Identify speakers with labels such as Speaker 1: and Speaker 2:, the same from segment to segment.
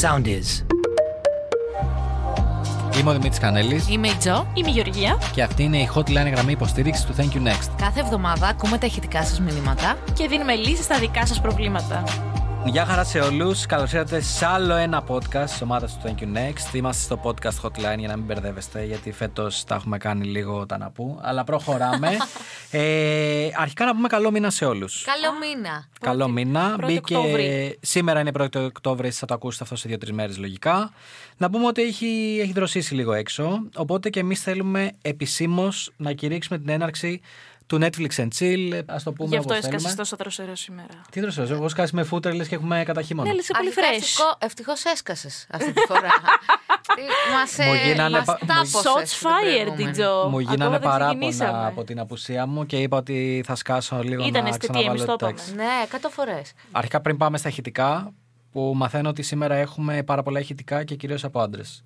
Speaker 1: sound is.
Speaker 2: Είμαι ο Δημήτρης Κανέλης
Speaker 3: Είμαι η Τζο.
Speaker 4: Είμαι η Γεωργία
Speaker 2: και αυτή είναι η hotline γραμμή υποστήριξη του Thank You Next.
Speaker 3: Κάθε εβδομάδα ακούμε τα ηχητικά σας μηνύματα.
Speaker 4: και δίνουμε λύσεις στα δικά σας προβλήματα.
Speaker 2: Γεια χαρά σε όλους. Καλώς ήρθατε σε άλλο ένα podcast της ομάδας του Thank You Next. Είμαστε στο podcast hotline για να μην μπερδεύεστε, γιατί φέτος τα έχουμε κάνει λίγο τα να πού. Αλλά προχωράμε. ε, αρχικά να πούμε καλό μήνα σε όλους.
Speaker 3: Καλό μήνα.
Speaker 2: Καλό μήνα.
Speaker 4: πρώτη Οκτώβρη.
Speaker 2: Σήμερα είναι 1η Οκτώβρη, θα το ακούσετε αυτό σε 2-3 μέρες λογικά. Να πούμε ότι έχει, έχει δροσίσει λίγο έξω. Οπότε και εμείς θέλουμε επισήμως να κηρύξουμε την έναρξη του Netflix and Chill. Ας το πούμε
Speaker 4: Γι' αυτό
Speaker 2: όπως
Speaker 4: έσκασες
Speaker 2: θέλουμε.
Speaker 4: τόσο τροσερό σήμερα.
Speaker 2: Τι δροσίζει, εγώ σκάσεις με φούτερ λες και έχουμε κατά χειμώνα.
Speaker 4: Ναι, αλλά είσαι πολύ
Speaker 3: Αρχικά
Speaker 4: fresh.
Speaker 3: Ευτυχώ έσκασες αυτή τη φορά. ε, Μα
Speaker 2: Μου γίνανε πα- μου-
Speaker 4: Shots fired, την Τζο.
Speaker 2: Μου γίνανε
Speaker 4: Ακόμα δεν
Speaker 2: παράπονα
Speaker 4: ξεκινήσαμε.
Speaker 2: από την απουσία μου και είπα ότι θα σκάσω λίγο
Speaker 4: Ήταν
Speaker 2: να
Speaker 4: αισθητή,
Speaker 2: ξαναβάλω
Speaker 4: εμείς το
Speaker 2: το
Speaker 4: είπαμε.
Speaker 2: τάξη.
Speaker 3: Ναι, 100 φορές.
Speaker 2: Αρχικά πριν πάμε στα ηχητικά, που μαθαίνω ότι σήμερα έχουμε πάρα πολλά ηχητικά και κυρίως από άντρες.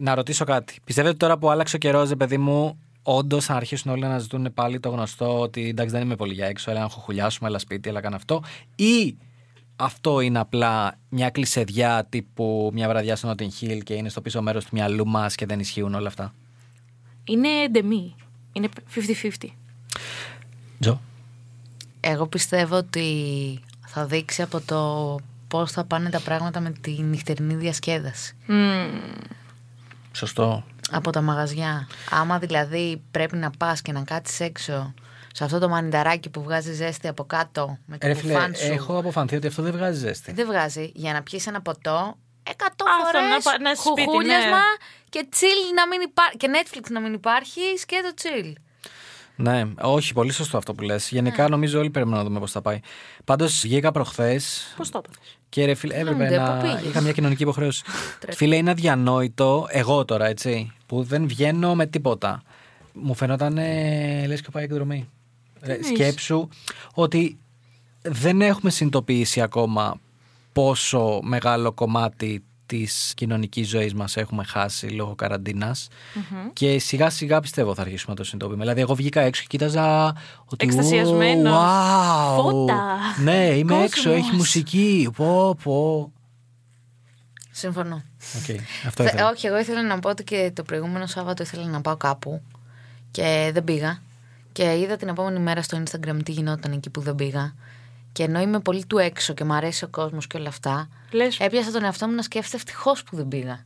Speaker 2: Να ρωτήσω κάτι. Πιστεύετε ότι τώρα που άλλαξε ο καιρός, παιδί μου, όντως θα αρχίσουν όλοι να ζητούν πάλι το γνωστό ότι εντάξει δεν είμαι πολύ για έξω, έλα να χουχουλιάσουμε, έλα σπίτι, έλα κάνω αυτό. Ή αυτό είναι απλά μια κλεισεδιά τύπου μια βραδιά στο Notting Hill και είναι στο πίσω μέρος του μυαλού μας και δεν ισχύουν όλα αυτά.
Speaker 4: Είναι ντεμή. Είναι 50-50.
Speaker 2: Τζο.
Speaker 3: Εγώ πιστεύω ότι θα δείξει από το πώς θα πάνε τα πράγματα με τη νυχτερινή διασκέδαση.
Speaker 2: Σωστό.
Speaker 3: Από τα μαγαζιά. Άμα δηλαδή πρέπει να πας και να κάτσεις έξω σε αυτό το μανιταράκι που βγάζει ζέστη από κάτω με το
Speaker 2: Ε, Ρε φίλε,
Speaker 3: κουφάν σου.
Speaker 2: έχω αποφανθεί ότι αυτό δεν βγάζει ζέστη.
Speaker 3: Δεν βγάζει. Για να πιεις ένα ποτό, εκατό
Speaker 4: Άστο να πα-
Speaker 3: φορέ
Speaker 4: να σπίτι,
Speaker 3: κουκούλιασμα
Speaker 4: ναι.
Speaker 3: και chill να μην υπάρχει. Και Netflix να μην υπάρχει και το chill.
Speaker 2: Ναι, όχι, πολύ σωστό αυτό που λες. Γενικά νομίζω όλοι περιμένουμε να δούμε πώς θα πάει. Πάντως βγήκα προχθές
Speaker 4: Πώς το είπα.
Speaker 2: και ρε φίλε,
Speaker 3: Άντε,
Speaker 2: έπρεπε
Speaker 3: πού
Speaker 2: να.
Speaker 3: πήγες?
Speaker 2: Είχα μια κοινωνική υποχρέωση. φίλε, είναι αδιανόητο εγώ τώρα, έτσι, που δεν βγαίνω με τίποτα. Μου φαινόταν ε, λες και πάει εκδρομή. Ρε, σκέψου ότι δεν έχουμε συνειδητοποιήσει ακόμα πόσο μεγάλο κομμάτι της κοινωνικής ζωής μας έχουμε χάσει λόγω καραντίνας. και σιγά σιγά πιστεύω θα αρχίσουμε να το συνειδητοποιούμε. Δηλαδή εγώ βγήκα έξω και κοίταζα ότι
Speaker 4: Εκστασιασμένος.
Speaker 2: «Wow!
Speaker 4: Φώτα.
Speaker 3: Ε,
Speaker 2: Ναι είμαι
Speaker 4: Κόσμος.
Speaker 2: έξω, έχει μουσική, πω πω.
Speaker 3: Συμφωνώ.
Speaker 2: Οκ, αυτό
Speaker 3: Θε-
Speaker 2: ήθελα.
Speaker 3: όχι, εγώ ήθελα να πω ότι και το προηγούμενο Σάββατο ήθελα να πάω κάπου και δεν πήγα. Και είδα την επόμενη μέρα στο Instagram τι γινόταν εκεί που δεν πήγα. Και ενώ είμαι πολύ του έξω και μου αρέσει ο κόσμος και όλα αυτά,
Speaker 4: Λες.
Speaker 3: έπιασα τον εαυτό μου να σκέφτεται ευτυχώς που δεν πήγα.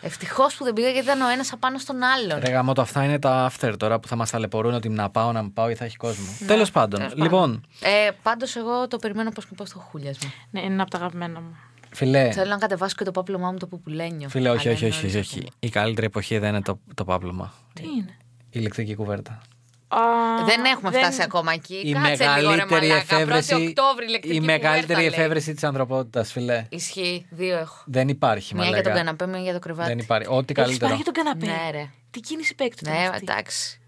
Speaker 3: Ευτυχώς που δεν πήγα γιατί ήταν ο ένας απάνω στον άλλον.
Speaker 2: Ρε γαμώτο, αυτά είναι τα after τώρα που θα μας ταλαιπωρούν ότι να πάω, να μην πάω ή θα έχει κόσμο.
Speaker 3: Ναι.
Speaker 2: Τέλος πάντων, λοιπόν,
Speaker 3: Ε, Πάντως, εγώ το περιμένω πώ και πώς το χούλιασμα.
Speaker 4: Ναι, είναι από τα αγαπημένα μου.
Speaker 2: φιλέ,
Speaker 3: Θέλω να κατεβάσω και το πάπλωμά μου το πουπουλένιο.
Speaker 2: φιλέ, όχι,
Speaker 3: Αλλά
Speaker 2: όχι,
Speaker 3: είναι
Speaker 2: όχι, όχι,
Speaker 3: νωρίς
Speaker 2: όχι. Η καλύτερη εποχή δεν είναι το, το πάπλωμα.
Speaker 4: Τι
Speaker 3: Ναι.
Speaker 4: είναι.
Speaker 2: Η ηλεκτρική κουβέρτα.
Speaker 4: Α,
Speaker 3: ακόμα. Δεν έχουμε φτάσει ακόμα εκεί.
Speaker 2: η
Speaker 3: Ε, Κάτσε λίγο, ρε
Speaker 2: μεγαλύτερη
Speaker 3: μαλάκα. 1η
Speaker 2: εφεύρεση,
Speaker 3: Οκτώβρη, ηλεκτρική
Speaker 2: η
Speaker 3: κουβέρτα,
Speaker 2: μεγαλύτερη
Speaker 3: λέει.
Speaker 2: εφεύρεση της ανθρωπότητας, φιλέ.
Speaker 3: Ισχύει, δύο έχω.
Speaker 2: Δεν υπάρχει,
Speaker 3: Μία
Speaker 2: μαλάκα.
Speaker 3: Ναι, για τον καναπέ, μία για το κρεβάτι.
Speaker 2: Δεν υπάρχει. Ό,τι
Speaker 4: Έχεις πάρει
Speaker 2: καλύτερο.
Speaker 4: για τον καναπέ.
Speaker 3: Ναι, ρε.
Speaker 4: Τι κίνηση παίκτη ήταν
Speaker 3: Ναι,
Speaker 4: αυτή.
Speaker 3: εντάξει.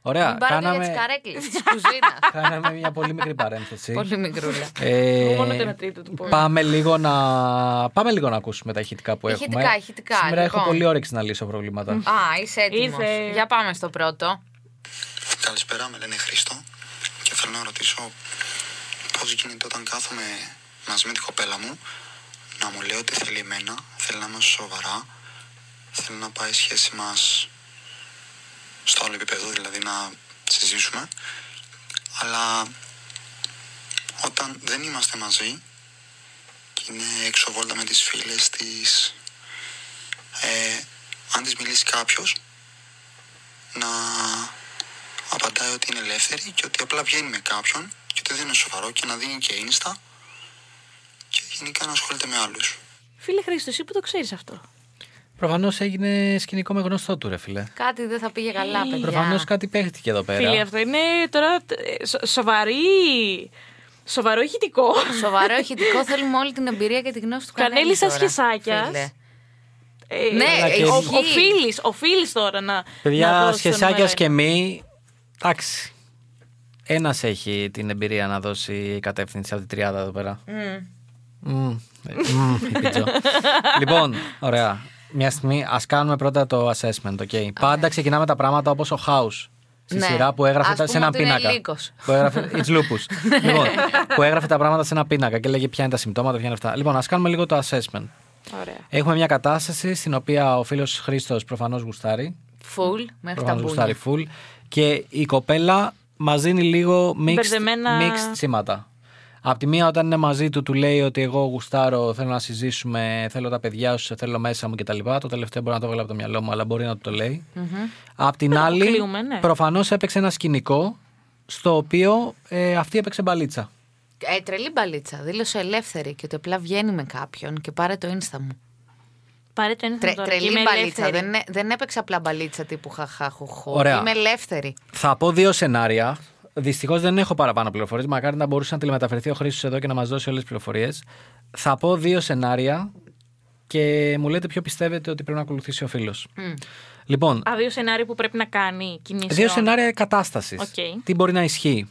Speaker 2: Ωραία,
Speaker 3: Μην πάρετε για τις
Speaker 2: κάναμε,
Speaker 3: καρέκλες της κουζίνας.
Speaker 2: κάναμε μια πολύ μικρή παρένθεση.
Speaker 3: Πολύ μικρούλα.
Speaker 2: Ε,
Speaker 4: Μόνο το ένα τρίτο του πόντου.
Speaker 2: πάμε, λίγο να, πάμε λίγο να ακούσουμε τα ηχητικά που
Speaker 3: Ηχητικά,
Speaker 2: έχουμε.
Speaker 3: ηχητικά,
Speaker 2: Σήμερα έχω
Speaker 3: λοιπόν.
Speaker 2: πολύ όρεξη να λύσω προβλήματα.
Speaker 3: Α, είσαι έτοιμος.
Speaker 4: Ήρθε.
Speaker 3: Για πάμε στο πρώτο.
Speaker 5: Καλησπέρα, με λένε Χρήστο και θέλω να ρωτήσω πώς γίνεται όταν κάθομαι μαζί με την κοπέλα μου να μου λέει ότι θέλει εμένα, θέλει να είμαστε σοβαρά, θέλει να πάει η σχέση μας στο άλλο επίπεδο, δηλαδή να συζήσουμε. Αλλά όταν δεν είμαστε μαζί και είναι έξω βόλτα με τις φίλες της, ε, αν της μιλήσει κάποιος, να απαντάει ότι είναι ελεύθερη και ότι απλά βγαίνει με κάποιον και ότι δεν είναι σοβαρό και να δίνει και insta και γενικά να ασχολείται με άλλους.
Speaker 4: Φίλε Χρήστος, εσύ που το ξέρεις αυτό.
Speaker 2: Προφανώς έγινε σκηνικό με γνωστό του, ρε φιλέ.
Speaker 3: Κάτι δεν θα πήγε καλά, παιδιά.
Speaker 2: Προφανώς κάτι παίχτηκε εδώ πέρα.
Speaker 4: Φίλε, αυτό είναι τώρα ε, σο- σοβαρή. Σοβαρό ηχητικό.
Speaker 3: Σοβαρό ηχητικό θέλουμε όλη την εμπειρία και τη γνώση του
Speaker 4: Κανέλη
Speaker 3: Κανέλη.
Speaker 4: σας
Speaker 3: τώρα,
Speaker 4: χεσάκιας.
Speaker 3: φίλε.
Speaker 4: Ε,
Speaker 3: Ναι,
Speaker 2: Καλά και
Speaker 4: ο-
Speaker 2: ισχύει.
Speaker 4: οφείλεις, οφείλεις τώρα να. να
Speaker 2: Παιδιά,
Speaker 4: δώσεις το νούμερο
Speaker 2: σχεσάκια
Speaker 4: ένα.
Speaker 2: και μη. Εντάξει. Ένας έχει την εμπειρία να δώσει κατεύθυνση από την τριάδα εδώ πέρα. Μμμ. Μμμ, η πιτζό. λοιπόν, ωραία. Μια στιγμή, ας κάνουμε πρώτα το assessment. οκ. Πάντα ξεκινάμε τα πράγματα όπως ο house. στη
Speaker 3: Ναι.
Speaker 2: σειρά που έγραφε
Speaker 3: Ας
Speaker 2: τα- σε
Speaker 3: πούμε
Speaker 2: ένα
Speaker 3: ότι είναι Ναι.
Speaker 2: πίνακα.
Speaker 3: λύκος.
Speaker 2: Που έγραφε. It's lupus. λοιπόν, που έγραφε τα πράγματα σε ένα πίνακα και λέγε ποια είναι τα συμπτώματα, ποια είναι αυτά. Λοιπόν, ας κάνουμε λίγο το assessment.
Speaker 4: Ωραία.
Speaker 2: Έχουμε μια κατάσταση στην οποία ο φίλος Χρήστος προφανώς γουστάρει.
Speaker 3: Φουλ μέχρι τα
Speaker 2: Προφανώς
Speaker 3: μπούνια.
Speaker 2: γουστάρει full. Και η κοπέλα μας δίνει λίγο mixed,
Speaker 4: Μπερδεμένα.
Speaker 2: mixed σήματα. Απ' τη μία, όταν είναι μαζί του, του λέει ότι εγώ γουστάρω, θέλω να συζήσουμε, θέλω τα παιδιά σου, σε θέλω μέσα μου κτλ. Το τελευταίο μπορεί να το βγάλω από το μυαλό μου, αλλά μπορεί να του το λέει. Απ' την
Speaker 4: το
Speaker 2: άλλη,
Speaker 4: αποκλείουμε, ναι.
Speaker 2: προφανώς έπαιξε ένα σκηνικό στο οποίο ε, αυτή έπαιξε μπαλίτσα.
Speaker 3: Ε, τρελή μπαλίτσα. Δήλωσε ελεύθερη και ότι απλά βγαίνει με κάποιον και πάρε το insta μου.
Speaker 4: Πάρε το ένα
Speaker 3: Τρε,
Speaker 4: τώρα.
Speaker 3: τρελή
Speaker 4: Είμαι
Speaker 3: μπαλίτσα.
Speaker 4: ελεύθερη.
Speaker 3: Δεν, είναι- δεν έπαιξα απλά μπαλίτσα τύπου χαχάχουχο.
Speaker 2: Ωραία.
Speaker 3: Είμαι ελεύθερη.
Speaker 2: Θα πω δύο σενάρια. Δυστυχώς δεν έχω παραπάνω πληροφορίες. Μακάρι να μπορούσε να τηλεμεταφερθεί ο Χρήστο εδώ και να μας δώσει όλες τις πληροφορίες. Θα πω δύο σενάρια και μου λέτε ποιο πιστεύετε ότι πρέπει να ακολουθήσει ο φίλος. Λοιπόν,
Speaker 4: Α, δύο σενάρια που πρέπει να κάνει κινήσει.
Speaker 2: δύο σενάρια κατάστασης.
Speaker 4: Οκ.
Speaker 2: Τι μπορεί να ισχύει.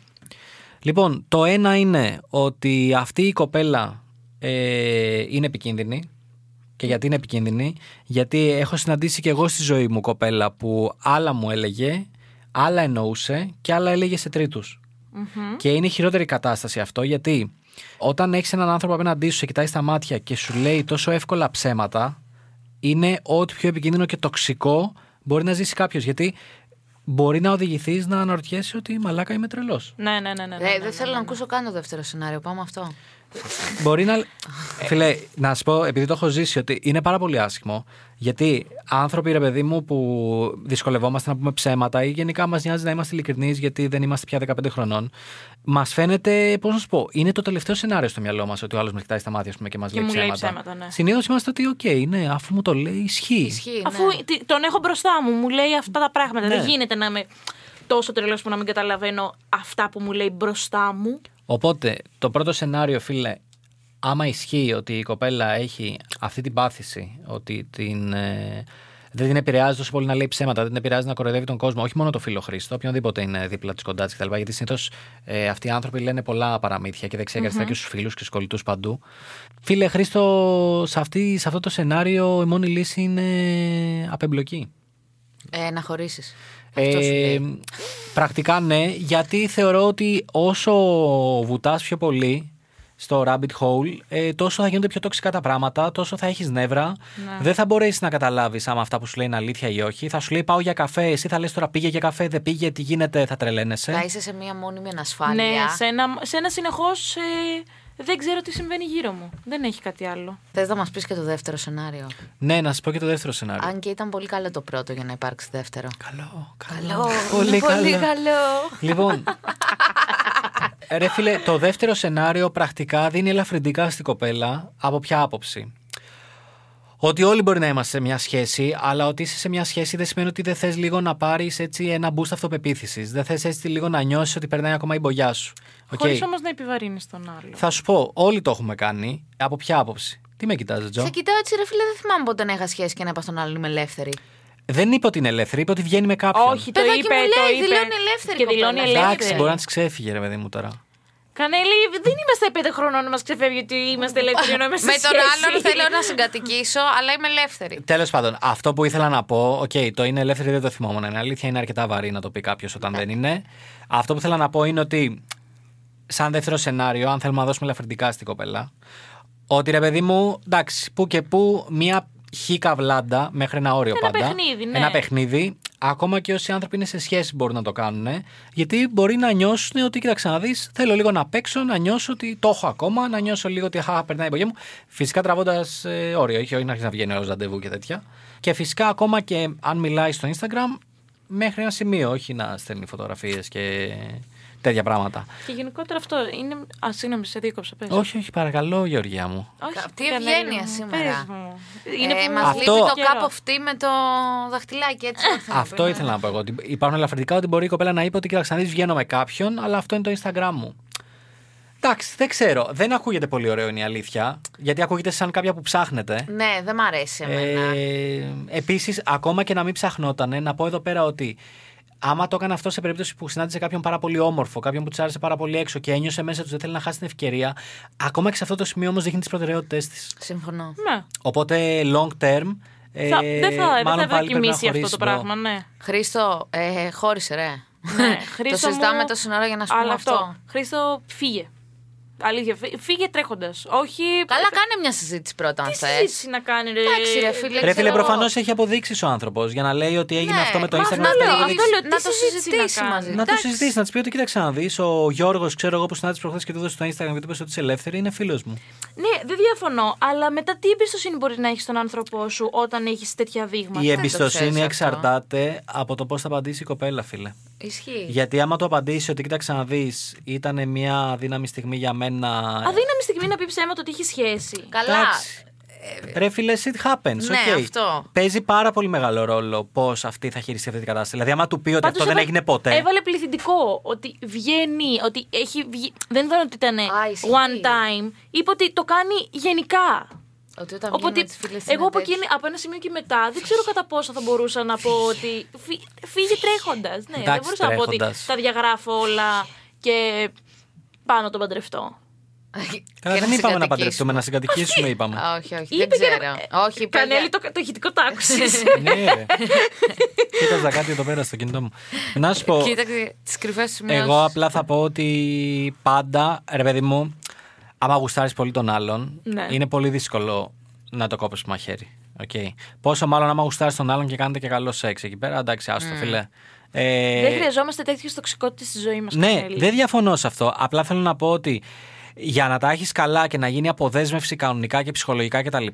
Speaker 2: Λοιπόν, το ένα είναι ότι αυτή η κοπέλα ε, είναι επικίνδυνη. Και γιατί είναι επικίνδυνη, Γιατί έχω συναντήσει και εγώ στη ζωή μου κοπέλα που άλλα μου έλεγε, άλλα εννοούσε και άλλα έλεγε σε τρίτους. Και είναι η χειρότερη κατάσταση αυτό γιατί όταν έχεις έναν άνθρωπο απέναντί σου, σε κοιτάει στα μάτια και σου λέει τόσο εύκολα ψέματα, είναι ό,τι πιο επικίνδυνο και τοξικό μπορεί να ζήσει κάποιος. Γιατί μπορεί να οδηγηθείς να αναρωτιέσαι ότι μαλάκα είμαι τρελός.
Speaker 4: Ναι, ναι, ναι. ναι,
Speaker 3: Ε,
Speaker 4: ναι, ναι,
Speaker 3: δεν θέλω να ακούσω καν το δεύτερο σενάριο. Πάμε αυτό.
Speaker 2: Μπορεί να. Ε. Φίλε, να σου πω, επειδή το έχω ζήσει, ότι είναι πάρα πολύ άσχημο. Γιατί άνθρωποι, ρε παιδί μου, που δυσκολευόμαστε να πούμε ψέματα ή γενικά μας νοιάζει να είμαστε ειλικρινείς, γιατί δεν είμαστε πια 15 χρονών, μας φαίνεται, πώς να σου πω, είναι το τελευταίο σενάριο στο μυαλό μας ότι ο άλλος μα κοιτάει στα μάτια ας πούμε, και μας λέει
Speaker 4: μου λέει
Speaker 2: ψέματα.
Speaker 4: ψέματα, ναι.
Speaker 2: Συνήθως είμαστε ότι, οκ, ναι, αφού μου το λέει, ισχύει.
Speaker 3: Ισχύει.
Speaker 4: Αφού
Speaker 3: ναι.
Speaker 4: τι- τον έχω μπροστά μου, μου λέει αυτά τα πράγματα.
Speaker 2: Ναι.
Speaker 4: Δεν γίνεται να είμαι τόσο τρελός που να μην καταλαβαίνω αυτά που μου λέει μπροστά μου.
Speaker 2: Οπότε, το πρώτο σενάριο, φίλε, άμα ισχύει ότι η κοπέλα έχει αυτή την πάθηση, ότι την, ε, δεν την επηρεάζει τόσο πολύ να λέει ψέματα, δεν την επηρεάζει να κοροϊδεύει τον κόσμο, όχι μόνο το φίλο Χρήστο, οποιονδήποτε είναι δίπλα της κοντά της κτλ. Γιατί συνήθως ε, αυτοί οι άνθρωποι λένε πολλά παραμύθια και δεξιά και αριστερά και στους φίλους και στους κολλητούς παντού. Φίλε Χρήστο, σε, αυτή, σε αυτό το σενάριο η μόνη λύση είναι απεμπλοκή.
Speaker 3: Ε, να χωρίσεις.
Speaker 2: Ε, πρακτικά ναι, γιατί θεωρώ ότι όσο βουτάς πιο πολύ στο rabbit hole, ε, τόσο θα γίνονται πιο τοξικά τα πράγματα, τόσο θα έχεις νεύρα. Δεν θα μπορέσεις να καταλάβεις άμα αυτά που σου λέει είναι αλήθεια ή όχι. Θα σου λέει πάω για καφέ, εσύ θα λες τώρα πήγε για καφέ, δεν πήγε, τι γίνεται, θα τρελαίνεσαι.
Speaker 3: Θα είσαι σε μία μόνιμη ανασφάλεια.
Speaker 4: Ναι, σε ένα, σε ένα συνεχώς. δεν ξέρω τι συμβαίνει γύρω μου. Δεν έχει κάτι άλλο.
Speaker 3: Θες να μας πεις και το δεύτερο σενάριο.
Speaker 2: Ναι, να σας πω και το δεύτερο σενάριο.
Speaker 3: Αν και ήταν πολύ καλό το πρώτο για να υπάρξει δεύτερο.
Speaker 2: Καλό,
Speaker 3: Καλό.
Speaker 2: Πολύ
Speaker 3: πολύ
Speaker 2: καλό.
Speaker 3: καλό.
Speaker 2: Λοιπόν. ε, Ρε φίλε, το δεύτερο σενάριο πρακτικά δίνει ελαφρυντικά στην κοπέλα. Από ποια άποψη. Ότι όλοι μπορεί να είμαστε σε μια σχέση, αλλά ότι είσαι σε μια σχέση δεν σημαίνει ότι δεν θες λίγο να πάρεις έτσι ένα boost αυτοπεποίθησης. Δεν θες έτσι λίγο να νιώσεις ότι περνάει ακόμα η μπογιά σου. Οκ.
Speaker 4: Okay. Χωρίς όμως να επιβαρύνεις τον άλλο.
Speaker 2: Θα σου πω, όλοι το έχουμε κάνει. Από ποια άποψη. Τι με κοιτάζεις, Τζο.
Speaker 3: Σε κοιτάω έτσι, ρε φίλε, δεν θυμάμαι πότε να είχα σχέση και να είπα στον άλλον είμαι ελεύθερη.
Speaker 2: Δεν είπε ότι είναι ελεύθερη, είπε ότι βγαίνει με κάποιον.
Speaker 4: Όχι, το
Speaker 3: Παιδάκι
Speaker 4: είπε,
Speaker 3: μου
Speaker 4: το
Speaker 3: λέει,
Speaker 4: είπε.
Speaker 3: δηλώνει ελεύθερη
Speaker 4: Και
Speaker 3: κοπέλα.
Speaker 4: δηλώνει
Speaker 2: Εντάξει,
Speaker 4: ελεύθερη.
Speaker 2: μπορεί να της ξέφυγε, ρε παιδί μου τώρα.
Speaker 4: Κανέλη, δεν είμαστε πέντε χρονών να μας ξεφεύγει ότι είμαστε ελεύθεροι ενώ είμαστε
Speaker 3: Με
Speaker 4: σε
Speaker 3: τον
Speaker 4: σχέση.
Speaker 3: άλλον θέλω να συγκατοικήσω, αλλά είμαι ελεύθερη.
Speaker 2: Τέλος πάντων, αυτό που ήθελα να πω, οκ, το είναι ελεύθερη δεν το θυμόμουν. Είναι αλήθεια, είναι αρκετά βαρύ να το πει κάποιος όταν δεν είναι. Αυτό που ήθελα να πω είναι ότι, σαν δεύτερο σενάριο, αν θέλουμε να δώσουμε ελαφρυντικά στην κοπέλα, ότι ρε παιδί μου, εντάξει, που και που, μία χι καβλάντα μέχρι ένα όριο
Speaker 4: Ένα
Speaker 2: πάντα.
Speaker 4: παιχνίδι, ναι.
Speaker 2: Ένα παιχνίδι. Ακόμα και όσοι άνθρωποι είναι σε σχέση μπορούν να το κάνουν. Γιατί μπορεί να νιώσουν ότι, κοίταξε να δεις, θέλω λίγο να παίξω, να νιώσω ότι το έχω ακόμα, να νιώσω λίγο ότι χα, περνάει η εποχή μου. Φυσικά τραβώντας ε, όριο, όχι, όχι να αρχίσει να βγαίνει ο ραντεβού και τέτοια. Και φυσικά ακόμα και αν μιλάει στο Instagram, μέχρι ένα σημείο, όχι να στέλνει φωτογραφίες και τέτοια πράγματα.
Speaker 4: Και γενικότερα αυτό είναι. Α, συγγνώμη, σε δίκοψα. Πες.
Speaker 2: Όχι, όχι, παρακαλώ, Γεωργία μου.
Speaker 4: Όχι,
Speaker 3: Τι
Speaker 4: Κανέλη
Speaker 3: ευγένεια
Speaker 4: μου,
Speaker 3: σήμερα.
Speaker 4: πες μου.
Speaker 3: Ε,
Speaker 4: που
Speaker 3: Μας
Speaker 2: Αυτό-
Speaker 4: λείπει
Speaker 3: λείπει το
Speaker 4: καιρό.
Speaker 3: κάπου αυτή με το δαχτυλάκι, έτσι. όρθιο να
Speaker 2: Αυτό
Speaker 3: πούμε.
Speaker 2: ήθελα να πω εγώ. ότι Υπάρχουν ελαφρυντικά ότι μπορεί η κοπέλα να είπε ότι κοίταξε να δεις βγαίνω με κάποιον, αλλά αυτό είναι το Instagram μου. Εντάξει, δεν ξέρω. Δεν ακούγεται πολύ ωραίο είναι η αλήθεια. Γιατί ακούγεται σαν κάποια που ψάχνεται.
Speaker 3: Ναι, δεν μ' αρέσει εμένα.
Speaker 2: Ε, Επίσης, ακόμα και να μην ψαχνότανε, να πω εδώ πέρα ότι άμα το έκανε αυτό σε περίπτωση που συνάντησε κάποιον πάρα πολύ όμορφο, κάποιον που της άρεσε πάρα πολύ έξω και ένιωσε μέσα τους δεν θέλει να χάσει την ευκαιρία, ακόμα και σε αυτό το σημείο όμως δείχνει τις προτεραιότητές της.
Speaker 3: Συμφωνώ.
Speaker 4: Ναι.
Speaker 2: Οπότε long term. ε,
Speaker 4: Θα- δεν θα,
Speaker 2: μάλλον
Speaker 4: δεν θα
Speaker 2: πάλι πρέπει να
Speaker 4: ευδοκιμήσει αυτό
Speaker 2: χωρίσει,
Speaker 4: το
Speaker 2: μπρο.
Speaker 4: πράγμα, ναι.
Speaker 3: Χρήστο, ε, χώρισε ρε.
Speaker 4: Ναι,
Speaker 3: το
Speaker 4: Χρήστο
Speaker 3: συζητάμε
Speaker 4: μου,
Speaker 3: τόση ώρα για να σου πούμε
Speaker 4: Αλλά
Speaker 3: αυτό.
Speaker 4: αυτό. Χρήστο, φύγε. Αλήθεια, φύ- φύγε τρέχοντας. Όχι. ε,
Speaker 3: Καλά, κάνε μια συζήτηση πρώτα, αν
Speaker 4: Τι
Speaker 3: θες.
Speaker 4: συζήτηση να κάνει, ρε.
Speaker 3: Εντάξει, ρε φίλε,
Speaker 2: Ρε
Speaker 4: Ε,
Speaker 3: ξέρω
Speaker 2: φίλε,
Speaker 3: εγώ.
Speaker 2: προφανώς έχει αποδείξεις ο άνθρωπος για να λέει ότι έγινε
Speaker 3: Ναι,
Speaker 2: αυτό με το
Speaker 3: μα
Speaker 2: Instagram.
Speaker 3: αυτό
Speaker 2: αυτό
Speaker 3: λέω,
Speaker 2: έγινε.
Speaker 4: αυτό λέω, τι
Speaker 3: Να το
Speaker 4: συζήτηση
Speaker 3: συζητήσει
Speaker 4: να κάνει.
Speaker 3: μαζί.
Speaker 4: Να
Speaker 2: Να το
Speaker 3: Εντάξει.
Speaker 2: συζητήσει, να της πει ότι κοίταξε να δεις. Ο Γιώργος, ξέρω εγώ που συνάντησε προχθές και του έδωσε στο Instagram και του είπε ότι είσαι ελεύθερη, είναι φίλος μου.
Speaker 4: Ναι, δεν διαφωνώ, αλλά μετά τι εμπιστοσύνη μπορεί να έχεις στον άνθρωπό σου όταν έχεις τέτοια δείγματα.
Speaker 2: Η
Speaker 3: το ξέρεις
Speaker 2: εμπιστοσύνη
Speaker 3: αυτό.
Speaker 2: εξαρτάται από το πώς θα απαντήσει η κοπέλα, φίλε.
Speaker 3: Ισχύει.
Speaker 2: Γιατί άμα του απαντήσει ότι κοίταξε να δεις, ήταν μια δύναμη στιγμή για μένα.
Speaker 4: Αδύναμη στιγμή να πει ψέμα το ότι έχει σχέση.
Speaker 3: Καλά.
Speaker 2: Εντάξει. Ρε φίλε, it happens.
Speaker 3: Ναι,
Speaker 2: οκ.
Speaker 3: αυτό.
Speaker 2: Παίζει πάρα πολύ μεγάλο ρόλο πώς αυτή θα χειριστεί αυτή την κατάσταση. Δηλαδή, άμα του πει ότι
Speaker 4: Πάντως
Speaker 2: αυτό δεν
Speaker 4: έβα-
Speaker 2: έγινε ποτέ.
Speaker 4: Έβαλε πληθυντικό ότι βγαίνει, ότι έχει βγει. Δεν ήταν ότι ήταν
Speaker 3: Α, ισχύει.
Speaker 4: one time. Είπε ότι το κάνει γενικά.
Speaker 3: Ότι όταν
Speaker 4: Οπότε
Speaker 3: βγαίνουμε τις φίλες είναι
Speaker 4: εγώ από,
Speaker 3: τέτοιο.
Speaker 4: εκείνη, από ένα σημείο και μετά δεν ξέρω κατά πόσο θα μπορούσα να πω ότι. φύ- Φύγε τρέχοντας. Ναι, δεν
Speaker 2: Εντάξει,
Speaker 4: μπορούσα να πω ότι
Speaker 2: τρέχοντας.
Speaker 4: τα διαγράφω όλα και πάνω τον παντρευτώ.
Speaker 2: Καλά,
Speaker 3: Και
Speaker 2: δεν είπαμε να
Speaker 3: συγκατοικήσουμε.
Speaker 2: παντρευτούμε, να συγκατοικήσουμε, είπαμε.
Speaker 3: Α, Όχι, όχι, δεν
Speaker 4: Είπε και-
Speaker 3: ξέρω.
Speaker 4: ε,
Speaker 3: Όχι, είπε
Speaker 4: Κανέλη,
Speaker 3: για-
Speaker 4: το, το ηχητικό το άκουσες.
Speaker 2: ναι, ρε. Κοίταζα κάτι εδώ πέρα στο κινητό μου. Να σου πω.
Speaker 3: Κοίταξε τις κρυφές σου
Speaker 2: Εγώ απλά θα πω ότι πάντα, ρε παιδί μου, άμα γουστάρεις πολύ τον άλλον,
Speaker 4: Ναι.
Speaker 2: είναι πολύ δύσκολο να το κόψεις μαχαίρι. Okay. Πόσο μάλλον άμα γουστάρεις τον άλλον και κάνετε και καλό σεξ εκεί πέρα. Εντάξει, άστο,
Speaker 3: Mm.
Speaker 2: φίλε. Ε,
Speaker 4: δεν χρειαζόμαστε τέτοιες τοξικότητες στη ζωή μας.
Speaker 2: ναι, δεν διαφωνώ σε αυτό. Απλά θέλω να πω ότι για να τα έχεις καλά και να γίνει αποδέσμευση κανονικά και ψυχολογικά κτλ.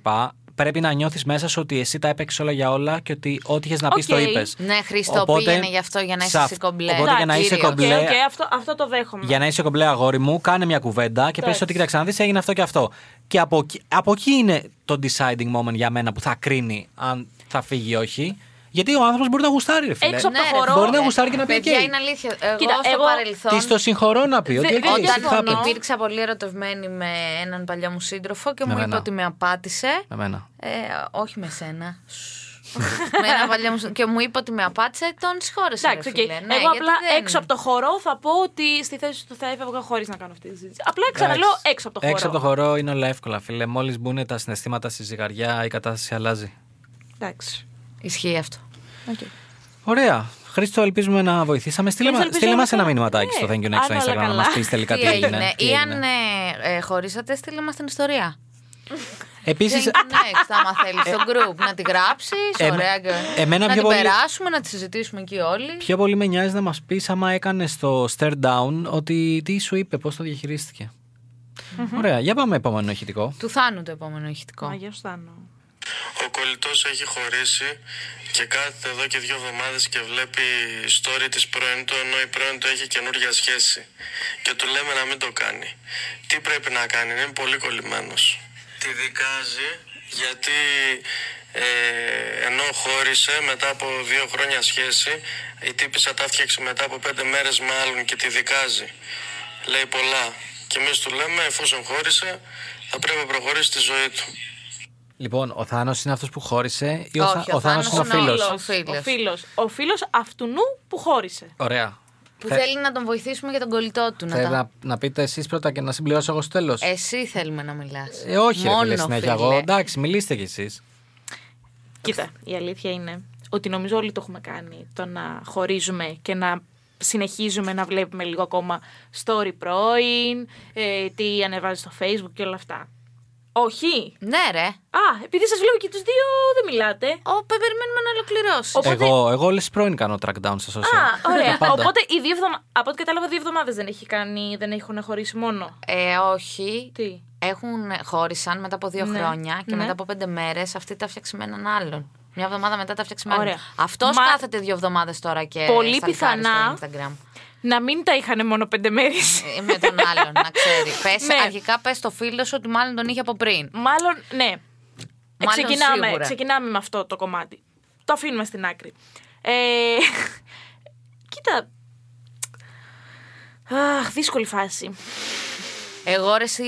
Speaker 2: Πρέπει να νιώθεις μέσα σου ότι εσύ τα έπαιξες όλα για όλα και ότι ό,τι είχες να πεις
Speaker 4: Οκ.
Speaker 2: το είπες.
Speaker 3: Ναι, Χρήστο, πήγαινε γι' αυτό για να είσαι εσύ κομπλέ.
Speaker 2: Οπότε για να
Speaker 3: Εντάξει,
Speaker 2: είσαι
Speaker 3: κύριε.
Speaker 2: κομπλέ,
Speaker 4: αυτό, αυτό το δέχομαι.
Speaker 2: για να είσαι κομπλέ αγόρι μου, κάνε μια κουβέντα και πες
Speaker 4: Εντάξει.
Speaker 2: ότι κοίταξε να δεις έγινε αυτό και αυτό. Και από, εκεί- από εκεί είναι το deciding moment για μένα που θα κρίνει αν θα φύγει ή όχι. Γιατί ο άνθρωπος μπορεί να γουστάρει, ρε φίλε.
Speaker 4: Έξω από το
Speaker 3: Ναι, ρε,
Speaker 4: χορό.
Speaker 2: Μπορεί να γουστάρει και να πει
Speaker 3: Παιδιά,
Speaker 2: «Οκ».
Speaker 3: είναι αλήθεια. Εγώ
Speaker 4: Κοίτα,
Speaker 3: στο
Speaker 4: εγώ-
Speaker 3: παρελθόν.
Speaker 2: Της το συγχωρώ να πει. Ότι
Speaker 4: Δε-
Speaker 2: «Οκ,
Speaker 4: δεν
Speaker 2: shit
Speaker 3: Όταν
Speaker 4: συμφωνώ.
Speaker 2: happens».
Speaker 3: υπήρξα πολύ ερωτευμένη με έναν παλιό μου σύντροφο και
Speaker 2: Με
Speaker 3: μου είπε
Speaker 2: μένα.
Speaker 3: ότι με απάτησε.
Speaker 2: Εμένα.
Speaker 3: Ε, όχι με σένα. Σ. με έναν παλιό μου σύντροφο. Και μου είπε ότι με απάτησε, τον συγχώρεσε.
Speaker 4: Εντάξει,
Speaker 3: ρε
Speaker 4: οκ.
Speaker 3: φίλε. Ναι,
Speaker 4: Εγώ
Speaker 3: γιατί
Speaker 4: απλά
Speaker 3: δεν-
Speaker 4: έξω από το χορό θα πω ότι στη θέση του θα έφευγα χωρίς να κάνω αυτή τη συζήτηση. Απλά ξαναλέω
Speaker 2: Εντάξει.
Speaker 4: έξω από το χορό.
Speaker 2: Έξω από το χορό είναι όλα εύκολα, φίλε. Μόλις μπουν τα συναισθήματα στη ζυγαριά, η κατάσταση αλλάζει.
Speaker 4: Εντάξει.
Speaker 3: Ισχύει αυτό.
Speaker 4: Okay.
Speaker 2: Ωραία. Χρήστο, ελπίζουμε να βοηθήσαμε. Στείλε,
Speaker 4: Χρήστο,
Speaker 2: μα-
Speaker 4: ελπίζουμε
Speaker 2: στείλε μας ένα
Speaker 4: να-
Speaker 2: μηνυματάκι
Speaker 4: Ναι.
Speaker 2: στο Thank you
Speaker 4: Αν
Speaker 2: next στο
Speaker 4: όλα
Speaker 2: Instagram να
Speaker 4: καλά.
Speaker 2: μας πεις τελικά τι Ε, έγινε. τι
Speaker 3: Ή αν
Speaker 2: έγινε.
Speaker 3: ε, ε, χωρίσατε, στείλε μας την ιστορία.
Speaker 2: Επίσης,
Speaker 3: Την next, άμα θέλεις, στο group. Να τη γράψεις,
Speaker 2: Ε,
Speaker 3: ωραία.
Speaker 2: ε, εμένα
Speaker 3: να
Speaker 2: πιο
Speaker 3: την
Speaker 2: πολύ-
Speaker 3: περάσουμε, να τη συζητήσουμε εκεί όλοι.
Speaker 2: Πιο πολύ με νοιάζει να μας πεις άμα έκανε το stare down ότι τι σου είπε, πώς το διαχειριστηκε Ωραία, για πάμε επόμενο ηχητικό.
Speaker 3: Του θάνου το επόμενο ηχητικό.
Speaker 4: Μαγιά Στάνο.
Speaker 1: Ο κολλητός έχει χωρίσει και κάθεται εδώ και δύο εβδομάδες και βλέπει story της πρώην του ενώ η πρώην του έχει καινούργια σχέση και του λέμε να μην το κάνει. Τι πρέπει να κάνει, είναι πολύ κολλημένος. Τη δικάζει γιατί ε, ενώ χώρισε μετά από δύο χρόνια σχέση η τύπησα τα έφτιαξε μετά από πέντε μέρες με άλλον και τη δικάζει. Λέει πολλά και εμείς του λέμε εφόσον χώρισε θα πρέπει να προχωρήσει τη ζωή του.
Speaker 2: Λοιπόν, ο Θάνος είναι αυτός που χώρισε ή ο,
Speaker 3: Όχι,
Speaker 2: Θά-
Speaker 3: ο
Speaker 2: ο Θάνος είναι ο
Speaker 3: Θάνος είναι
Speaker 2: φίλο.
Speaker 3: όλος.
Speaker 4: Ο
Speaker 3: φίλος.
Speaker 4: φίλο. Ο φίλος αυτού νου που χώρισε.
Speaker 2: Ωραία.
Speaker 3: Που
Speaker 2: Θε-
Speaker 3: θέλει να τον βοηθήσουμε για τον κολλητό του. Να
Speaker 2: Θέλω
Speaker 3: τα...
Speaker 2: να, να πείτε εσείς πρώτα και να συμπληρώσω εγώ στο τέλος. Ε,
Speaker 3: Εσύ θέλουμε να μιλάς.
Speaker 2: όχι, ρε φίλε, συνέχεια εγώ. Εντάξει, μιλήστε κι εσείς.
Speaker 4: Κοίτα, η αλήθεια είναι ότι νομίζω όλοι το έχουμε κάνει το να χωρίζουμε και να συνεχίζουμε να βλέπουμε λίγο ακόμα story πρώην, ε, τι ανεβάζει στο facebook και όλα αυτά. Όχι.
Speaker 3: Ναι, ρε.
Speaker 4: Α, επειδή σας βλέπω και τους δύο δεν μιλάτε.
Speaker 3: Ο, πε- περιμένουμε να ολοκληρώσει.
Speaker 4: Οπότε-
Speaker 2: Εγώ, εγώ όλες πρώην κάνω track down στα social.
Speaker 4: Α,
Speaker 2: Τα
Speaker 4: ωραία.
Speaker 2: πάντα.
Speaker 4: Οπότε οι δύο εβδομα... από ό,τι κατάλαβα, δύο εβδομάδες δεν έχει κάνει, δεν έχουν χωρίσει μόνο.
Speaker 3: Ε, όχι.
Speaker 4: Τι.
Speaker 3: Έχουν ε, χώρισαν μετά από δύο
Speaker 4: Ναι.
Speaker 3: χρόνια και
Speaker 4: Ναι.
Speaker 3: μετά από πέντε μέρες αυτή τα φτιάξει με έναν άλλον. Μια εβδομάδα μετά τα φτιάξει με άλλον.
Speaker 4: Ωραία.
Speaker 3: Αυτός
Speaker 4: Μα-
Speaker 3: κάθεται δύο εβδομάδες τώρα και.
Speaker 4: Πολύ
Speaker 3: σαλκάρει
Speaker 4: πιθανά.
Speaker 3: Στο Instagram.
Speaker 4: Να μην τα είχαν μόνο πέντε μέρες.
Speaker 3: Ε, με τον άλλον, να ξέρει. Πες,
Speaker 4: Ναι.
Speaker 3: Αρχικά πες στο φίλο σου ότι μάλλον τον είχε από πριν.
Speaker 4: Μάλλον, ναι.
Speaker 3: Μάλλον
Speaker 4: ξεκινάμε,
Speaker 3: σίγουρα.
Speaker 4: ξεκινάμε με αυτό το κομμάτι. Το αφήνουμε στην άκρη. Ε, κοίτα. Αχ, δύσκολη φάση.
Speaker 3: Εγώ ρε εσύ,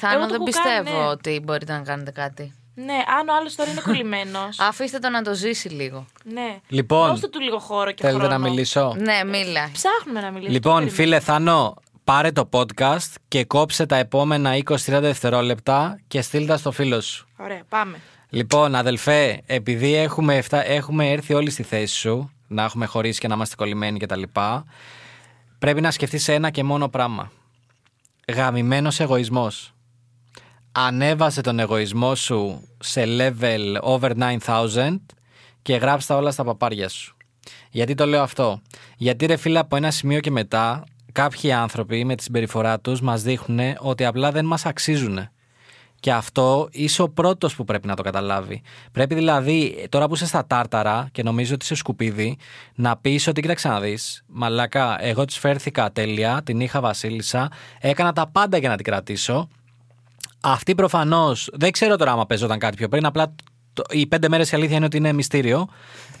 Speaker 3: Θάνο,
Speaker 4: Εγώ το
Speaker 3: δεν
Speaker 4: έχω κάνει,
Speaker 3: πιστεύω
Speaker 4: ναι.
Speaker 3: ότι μπορείτε να κάνετε κάτι.
Speaker 4: Ναι, αν ο άλλος τώρα είναι κολλημένος.
Speaker 3: Αφήστε το να το ζήσει λίγο.
Speaker 4: ναι.
Speaker 2: Λοιπόν,
Speaker 4: Δώστε του λίγο χώρο και
Speaker 2: Θέλετε
Speaker 4: χρόνο.
Speaker 2: να μιλήσω.
Speaker 3: Ναι, μίλα.
Speaker 4: Ψάχνουμε να μιλήσουμε.
Speaker 2: Λοιπόν,
Speaker 4: Περίμενε.
Speaker 2: φίλε Θάνο, πάρε το podcast και κόψε τα επόμενα 20-30 δευτερόλεπτα και στείλ τα στο φίλο σου.
Speaker 4: Ωραία, πάμε.
Speaker 2: Λοιπόν, αδελφέ, επειδή έχουμε, εφτα- έχουμε έρθει όλοι στη θέση σου, να έχουμε χωρίσει και να είμαστε κολλημένοι κτλ. Πρέπει να σκεφτείς ένα και μόνο πράγμα. Γαμημένος εγωισμός. Ανέβασε τον εγωισμό σου σε level over 9000 και γράψτε όλα στα παπάρια σου. Γιατί το λέω αυτό. Γιατί ρε φίλε από ένα σημείο και μετά κάποιοι άνθρωποι με τη συμπεριφορά τους μας δείχνουν ότι απλά δεν μας αξίζουν. Και αυτό είσαι ο πρώτος που πρέπει να το καταλάβει. Πρέπει δηλαδή τώρα που είσαι στα τάρταρα και νομίζω ότι είσαι σκουπίδι να πεις ότι κοίταξε να δεις. Μαλάκα εγώ της φέρθηκα τέλεια, την είχα βασίλισσα, έκανα τα πάντα για να την κρατήσω. Αυτή προφανώς. Δεν ξέρω τώρα άμα παίζονταν κάτι πιο πριν. Απλά το- οι πέντε μέρες η αλήθεια είναι ότι είναι μυστήριο.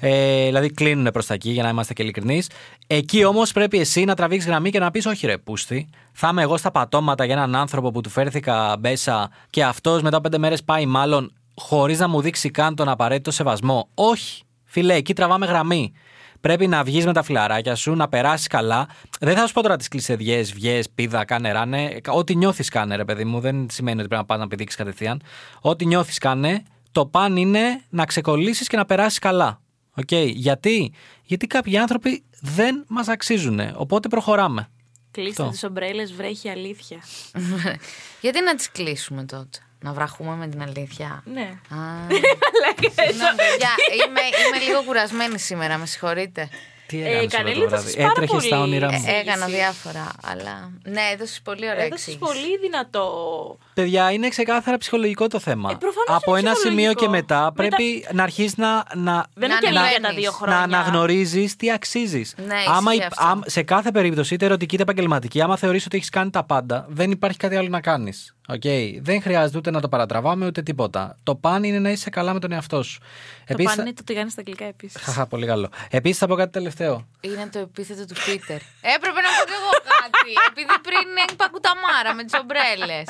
Speaker 2: Ε, δηλαδή κλείνουν προς τα εκεί για να είμαστε και ειλικρινείς. Εκεί όμως πρέπει εσύ να τραβήξεις γραμμή και να πεις: Όχι, ρε, πούστη. Θα είμαι εγώ στα πατώματα για έναν άνθρωπο που του φέρθηκα μπέσα και αυτός μετά πέντε μέρες πάει μάλλον χωρίς να μου δείξει καν τον απαραίτητο σεβασμό. Όχι. Φιλέ, εκεί τραβάμε γραμμή. Πρέπει να βγεις με τα φιλαράκια σου, να περάσεις καλά. Δεν θα σου πω τώρα τις κλεισεδιέ, βγει, πίδα, κάνε ράνε. Ό,τι νιώθεις, κάνε ρε παιδί μου. Δεν σημαίνει ότι πρέπει να πας να πηδήξεις κατευθείαν. Ό,τι νιώθεις, κάνε. Το παν είναι να ξεκολλήσεις και να περάσεις καλά. Οκ. Γιατί? Γιατί κάποιοι άνθρωποι δεν μας αξίζουν. Οπότε προχωράμε.
Speaker 4: Κλείστε
Speaker 2: Αυτό.
Speaker 4: τις ομπρέλες, βρέχει αλήθεια.
Speaker 3: Γιατί να τις κλείσουμε τότε. Να βραχούμε με την αλήθεια.
Speaker 4: Ναι.
Speaker 3: Α. Συγγνώμη, παιδιά, είμαι, είμαι λίγο κουρασμένη σήμερα, με συγχωρείτε.
Speaker 2: Τι
Speaker 4: έκανες όλο το Ε, Κανέλη, βράδυ? θα σας πάρα
Speaker 2: Έτρεχες στα
Speaker 4: πολύ.
Speaker 2: όνειρά μου.
Speaker 4: Ε,
Speaker 3: Ε, έκανα
Speaker 4: Εσύ.
Speaker 3: διάφορα, αλλά. Ναι, έδωσες πολύ ωραία
Speaker 4: Έδωσες
Speaker 3: εξήγηση.
Speaker 4: πολύ δυνατό.
Speaker 2: Παιδιά, είναι ξεκάθαρα ψυχολογικό το θέμα.
Speaker 4: Ε, προφανώς
Speaker 2: Από
Speaker 4: είναι
Speaker 2: ένα σημείο
Speaker 4: ψυχολογικό.
Speaker 2: και μετά
Speaker 4: Μετά-
Speaker 2: πρέπει να αρχίσεις να, να,
Speaker 4: Δεν
Speaker 3: Να
Speaker 4: είναι και λίγα τα
Speaker 3: ανεβαίνεις,
Speaker 4: δύο
Speaker 3: να
Speaker 4: χρόνια.
Speaker 2: Να αναγνωρίζεις τι αξίζεις.
Speaker 3: Ναι,
Speaker 2: άμα,
Speaker 3: ισχύει
Speaker 2: υπ-
Speaker 3: αυτό.
Speaker 2: άμα- σε κάθε περίπτωση, είτε ερωτική είτε επαγγελματική, άμα θεωρείς ότι έχεις κάνει τα πάντα, δεν υπάρχει κάτι άλλο να κάνεις. Okay. Δεν χρειάζεται ούτε να το παρατραβάμε ούτε τίποτα. Το παν είναι να είσαι καλά με τον εαυτό σου.
Speaker 4: Το
Speaker 2: Επίσης-
Speaker 4: πάνε το τηγάνι στα αγγλικά επίσης.
Speaker 2: Χαχα, πολύ καλό. Επίσης, θα πω κάτι τελευταίο.
Speaker 3: Είναι το επίθετο του Πίτερ. Έπρεπε να πω και εγώ κάτι. Επειδή πριν είπα κουταμάρα με τι ομπρέλε.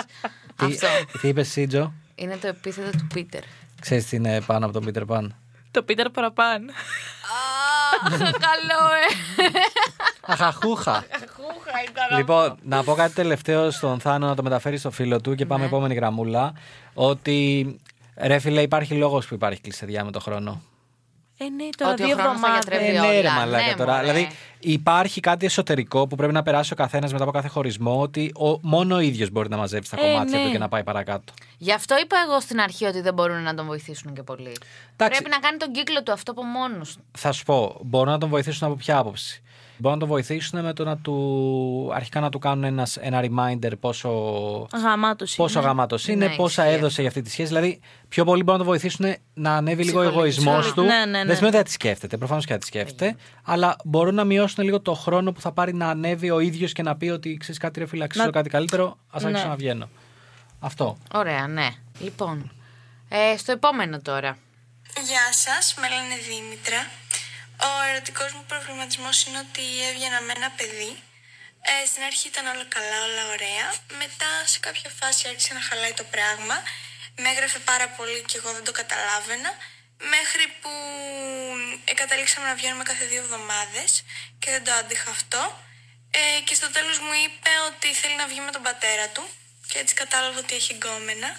Speaker 2: Τι-
Speaker 3: Αυτό.
Speaker 2: Τι είπες, Σίτζο,
Speaker 3: Είναι το επίθετο του Πίτερ.
Speaker 2: ξέρεις τι είναι πάνω από τον Πίτερ Παν.
Speaker 4: Το Πίτερ παραπάνω.
Speaker 3: Αχ, καλό, ε.
Speaker 2: Αχαχούχα.
Speaker 3: Χούχα ήταν.
Speaker 2: Λοιπόν, να πω κάτι τελευταίο στον Θάνο να το μεταφέρεις στο φίλο του και πάμε επόμενη γραμμούλα. Ότι ρε φίλε, υπάρχει λόγος που υπάρχει κλεισεδιά με το χρόνο.
Speaker 4: Ε, ναι, τώρα
Speaker 3: Ότι ο
Speaker 4: δύο
Speaker 3: χρόνος τα
Speaker 4: εβδομάδε.
Speaker 3: γιατρεύει.
Speaker 2: Ε, ναι, ρε
Speaker 3: όλα.
Speaker 2: μαλάκα
Speaker 3: Ναι,
Speaker 2: τώρα.
Speaker 3: μωρέ.
Speaker 2: Δηλαδή υπάρχει κάτι εσωτερικό που πρέπει να περάσει ο καθένας μετά από κάθε χωρισμό ότι ο, μόνο ο ίδιος μπορεί να μαζέψει τα
Speaker 4: Ε,
Speaker 2: κομμάτια
Speaker 4: ναι.
Speaker 2: του και να πάει παρακάτω.
Speaker 3: Γι' αυτό είπα εγώ στην αρχή ότι δεν μπορούν να τον βοηθήσουν και πολύ. Πρέπει να κάνει τον κύκλο του αυτό από μόνος του.
Speaker 2: Θα σου πω, μπορούν να τον βοηθήσουν από ποια άποψη. Μπορούν να τον βοηθήσουν με το να του. αρχικά να του κάνουν ένας, ένα reminder πόσο.
Speaker 4: Γαμάτο.
Speaker 2: Πόσο γαμάτο είναι,
Speaker 3: Ναι,
Speaker 2: πόσα
Speaker 3: ισχύει
Speaker 2: έδωσε για αυτή τη σχέση. Δηλαδή, πιο πολύ μπορούν να το βοηθήσουν να ανέβει λίγο ο
Speaker 3: Ψυχολογικά.
Speaker 2: εγωισμός
Speaker 3: Ναι,
Speaker 2: του.
Speaker 4: ναι, ναι, ναι.
Speaker 2: Δεν σημαίνει ότι θα τη σκέφτεται, προφανώς και θα τη σκέφτεται. Αλλά μπορούν να μειώσουν λίγο το χρόνο που θα πάρει να ανέβει ο ίδιος και να πει ότι ξέρεις κάτι, ρε φίλε, αξίζω κάτι καλύτερο. Ας
Speaker 3: Ναι.
Speaker 2: άρχισω να βγαίνω. Αυτό.
Speaker 3: Ωραία, ναι. Λοιπόν, ε, στο επόμενο τώρα.
Speaker 6: Γεια σας, με λένε Δήμητρα. Ο ερωτικός μου προβληματισμός είναι ότι έβγαινα με ένα παιδί. Ε, στην αρχή ήταν όλα καλά, όλα ωραία. Μετά σε κάποια φάση άρχισε να χαλάει το πράγμα. Με έγραφε πάρα πολύ και εγώ δεν το καταλάβαινα. Μέχρι που ε, καταλήξαμε να βγαίνουμε κάθε δύο εβδομάδες και δεν το άντυχα αυτό. Ε, και στο τέλος μου είπε ότι θέλει να βγει με τον πατέρα του και έτσι κατάλαβα ότι έχει γκόμενα.